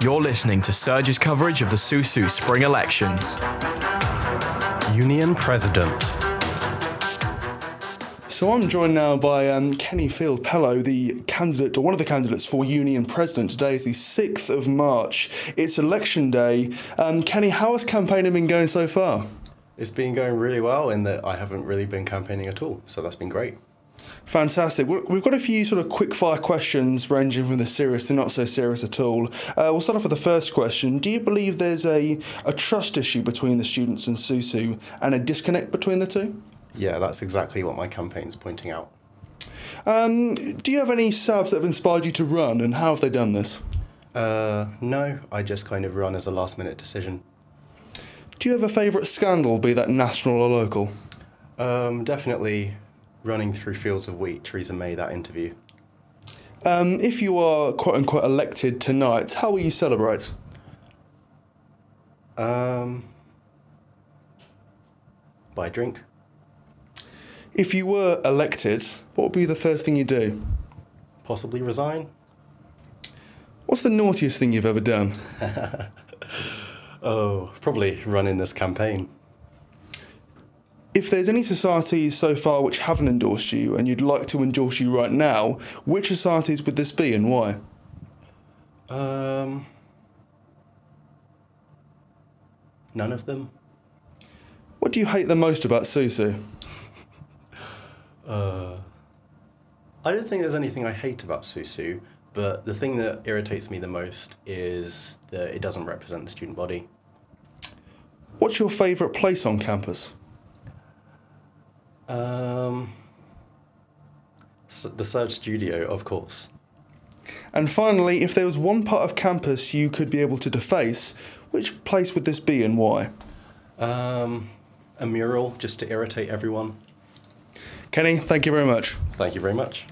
You're listening to Surge's coverage of the Susu spring elections. Union President. So I'm joined now by um, Kenny Field Pello, the candidate or one of the candidates for Union President. Today is the 6th of March. It's election day. Um, Kenny, how has campaigning been going so far? It's been going really well in that I haven't really been campaigning at all, so that's been great. Fantastic. We- We've got a few sort of quick fire questions ranging from the serious to not so serious at all. Uh, we'll start off with the first question. Do you believe there's a, a trust issue between the students and SUSU and a disconnect between the two? Yeah, that's exactly what my campaign's pointing out. Do you have any subs that have inspired you to run and how have they done this? Uh, no, I just kind of run as a last minute decision. Do you have a favourite scandal, be that national or local? Um, definitely running through fields of wheat, Theresa May, that interview. Um, if you are quote unquote elected tonight, how will you celebrate? Um, buy a drink. If you were elected, what would be the first thing you do? Possibly resign. What's the naughtiest thing you've ever done? Oh, probably run in this campaign. If there's any societies so far which haven't endorsed you and you'd like to endorse you right now, which societies would this be and why? Um, none of them. What do you hate the most about Susu? I don't think there's anything I hate about Susu, but the thing that irritates me the most is that it doesn't represent the student body. What's your favourite place on campus? Um, s- the Surge Studio, of course. And finally, if there was one part of campus you could be able to deface, which place would this be and why? Um, a mural just to irritate everyone. Kenny, thank you very much. Thank you very much.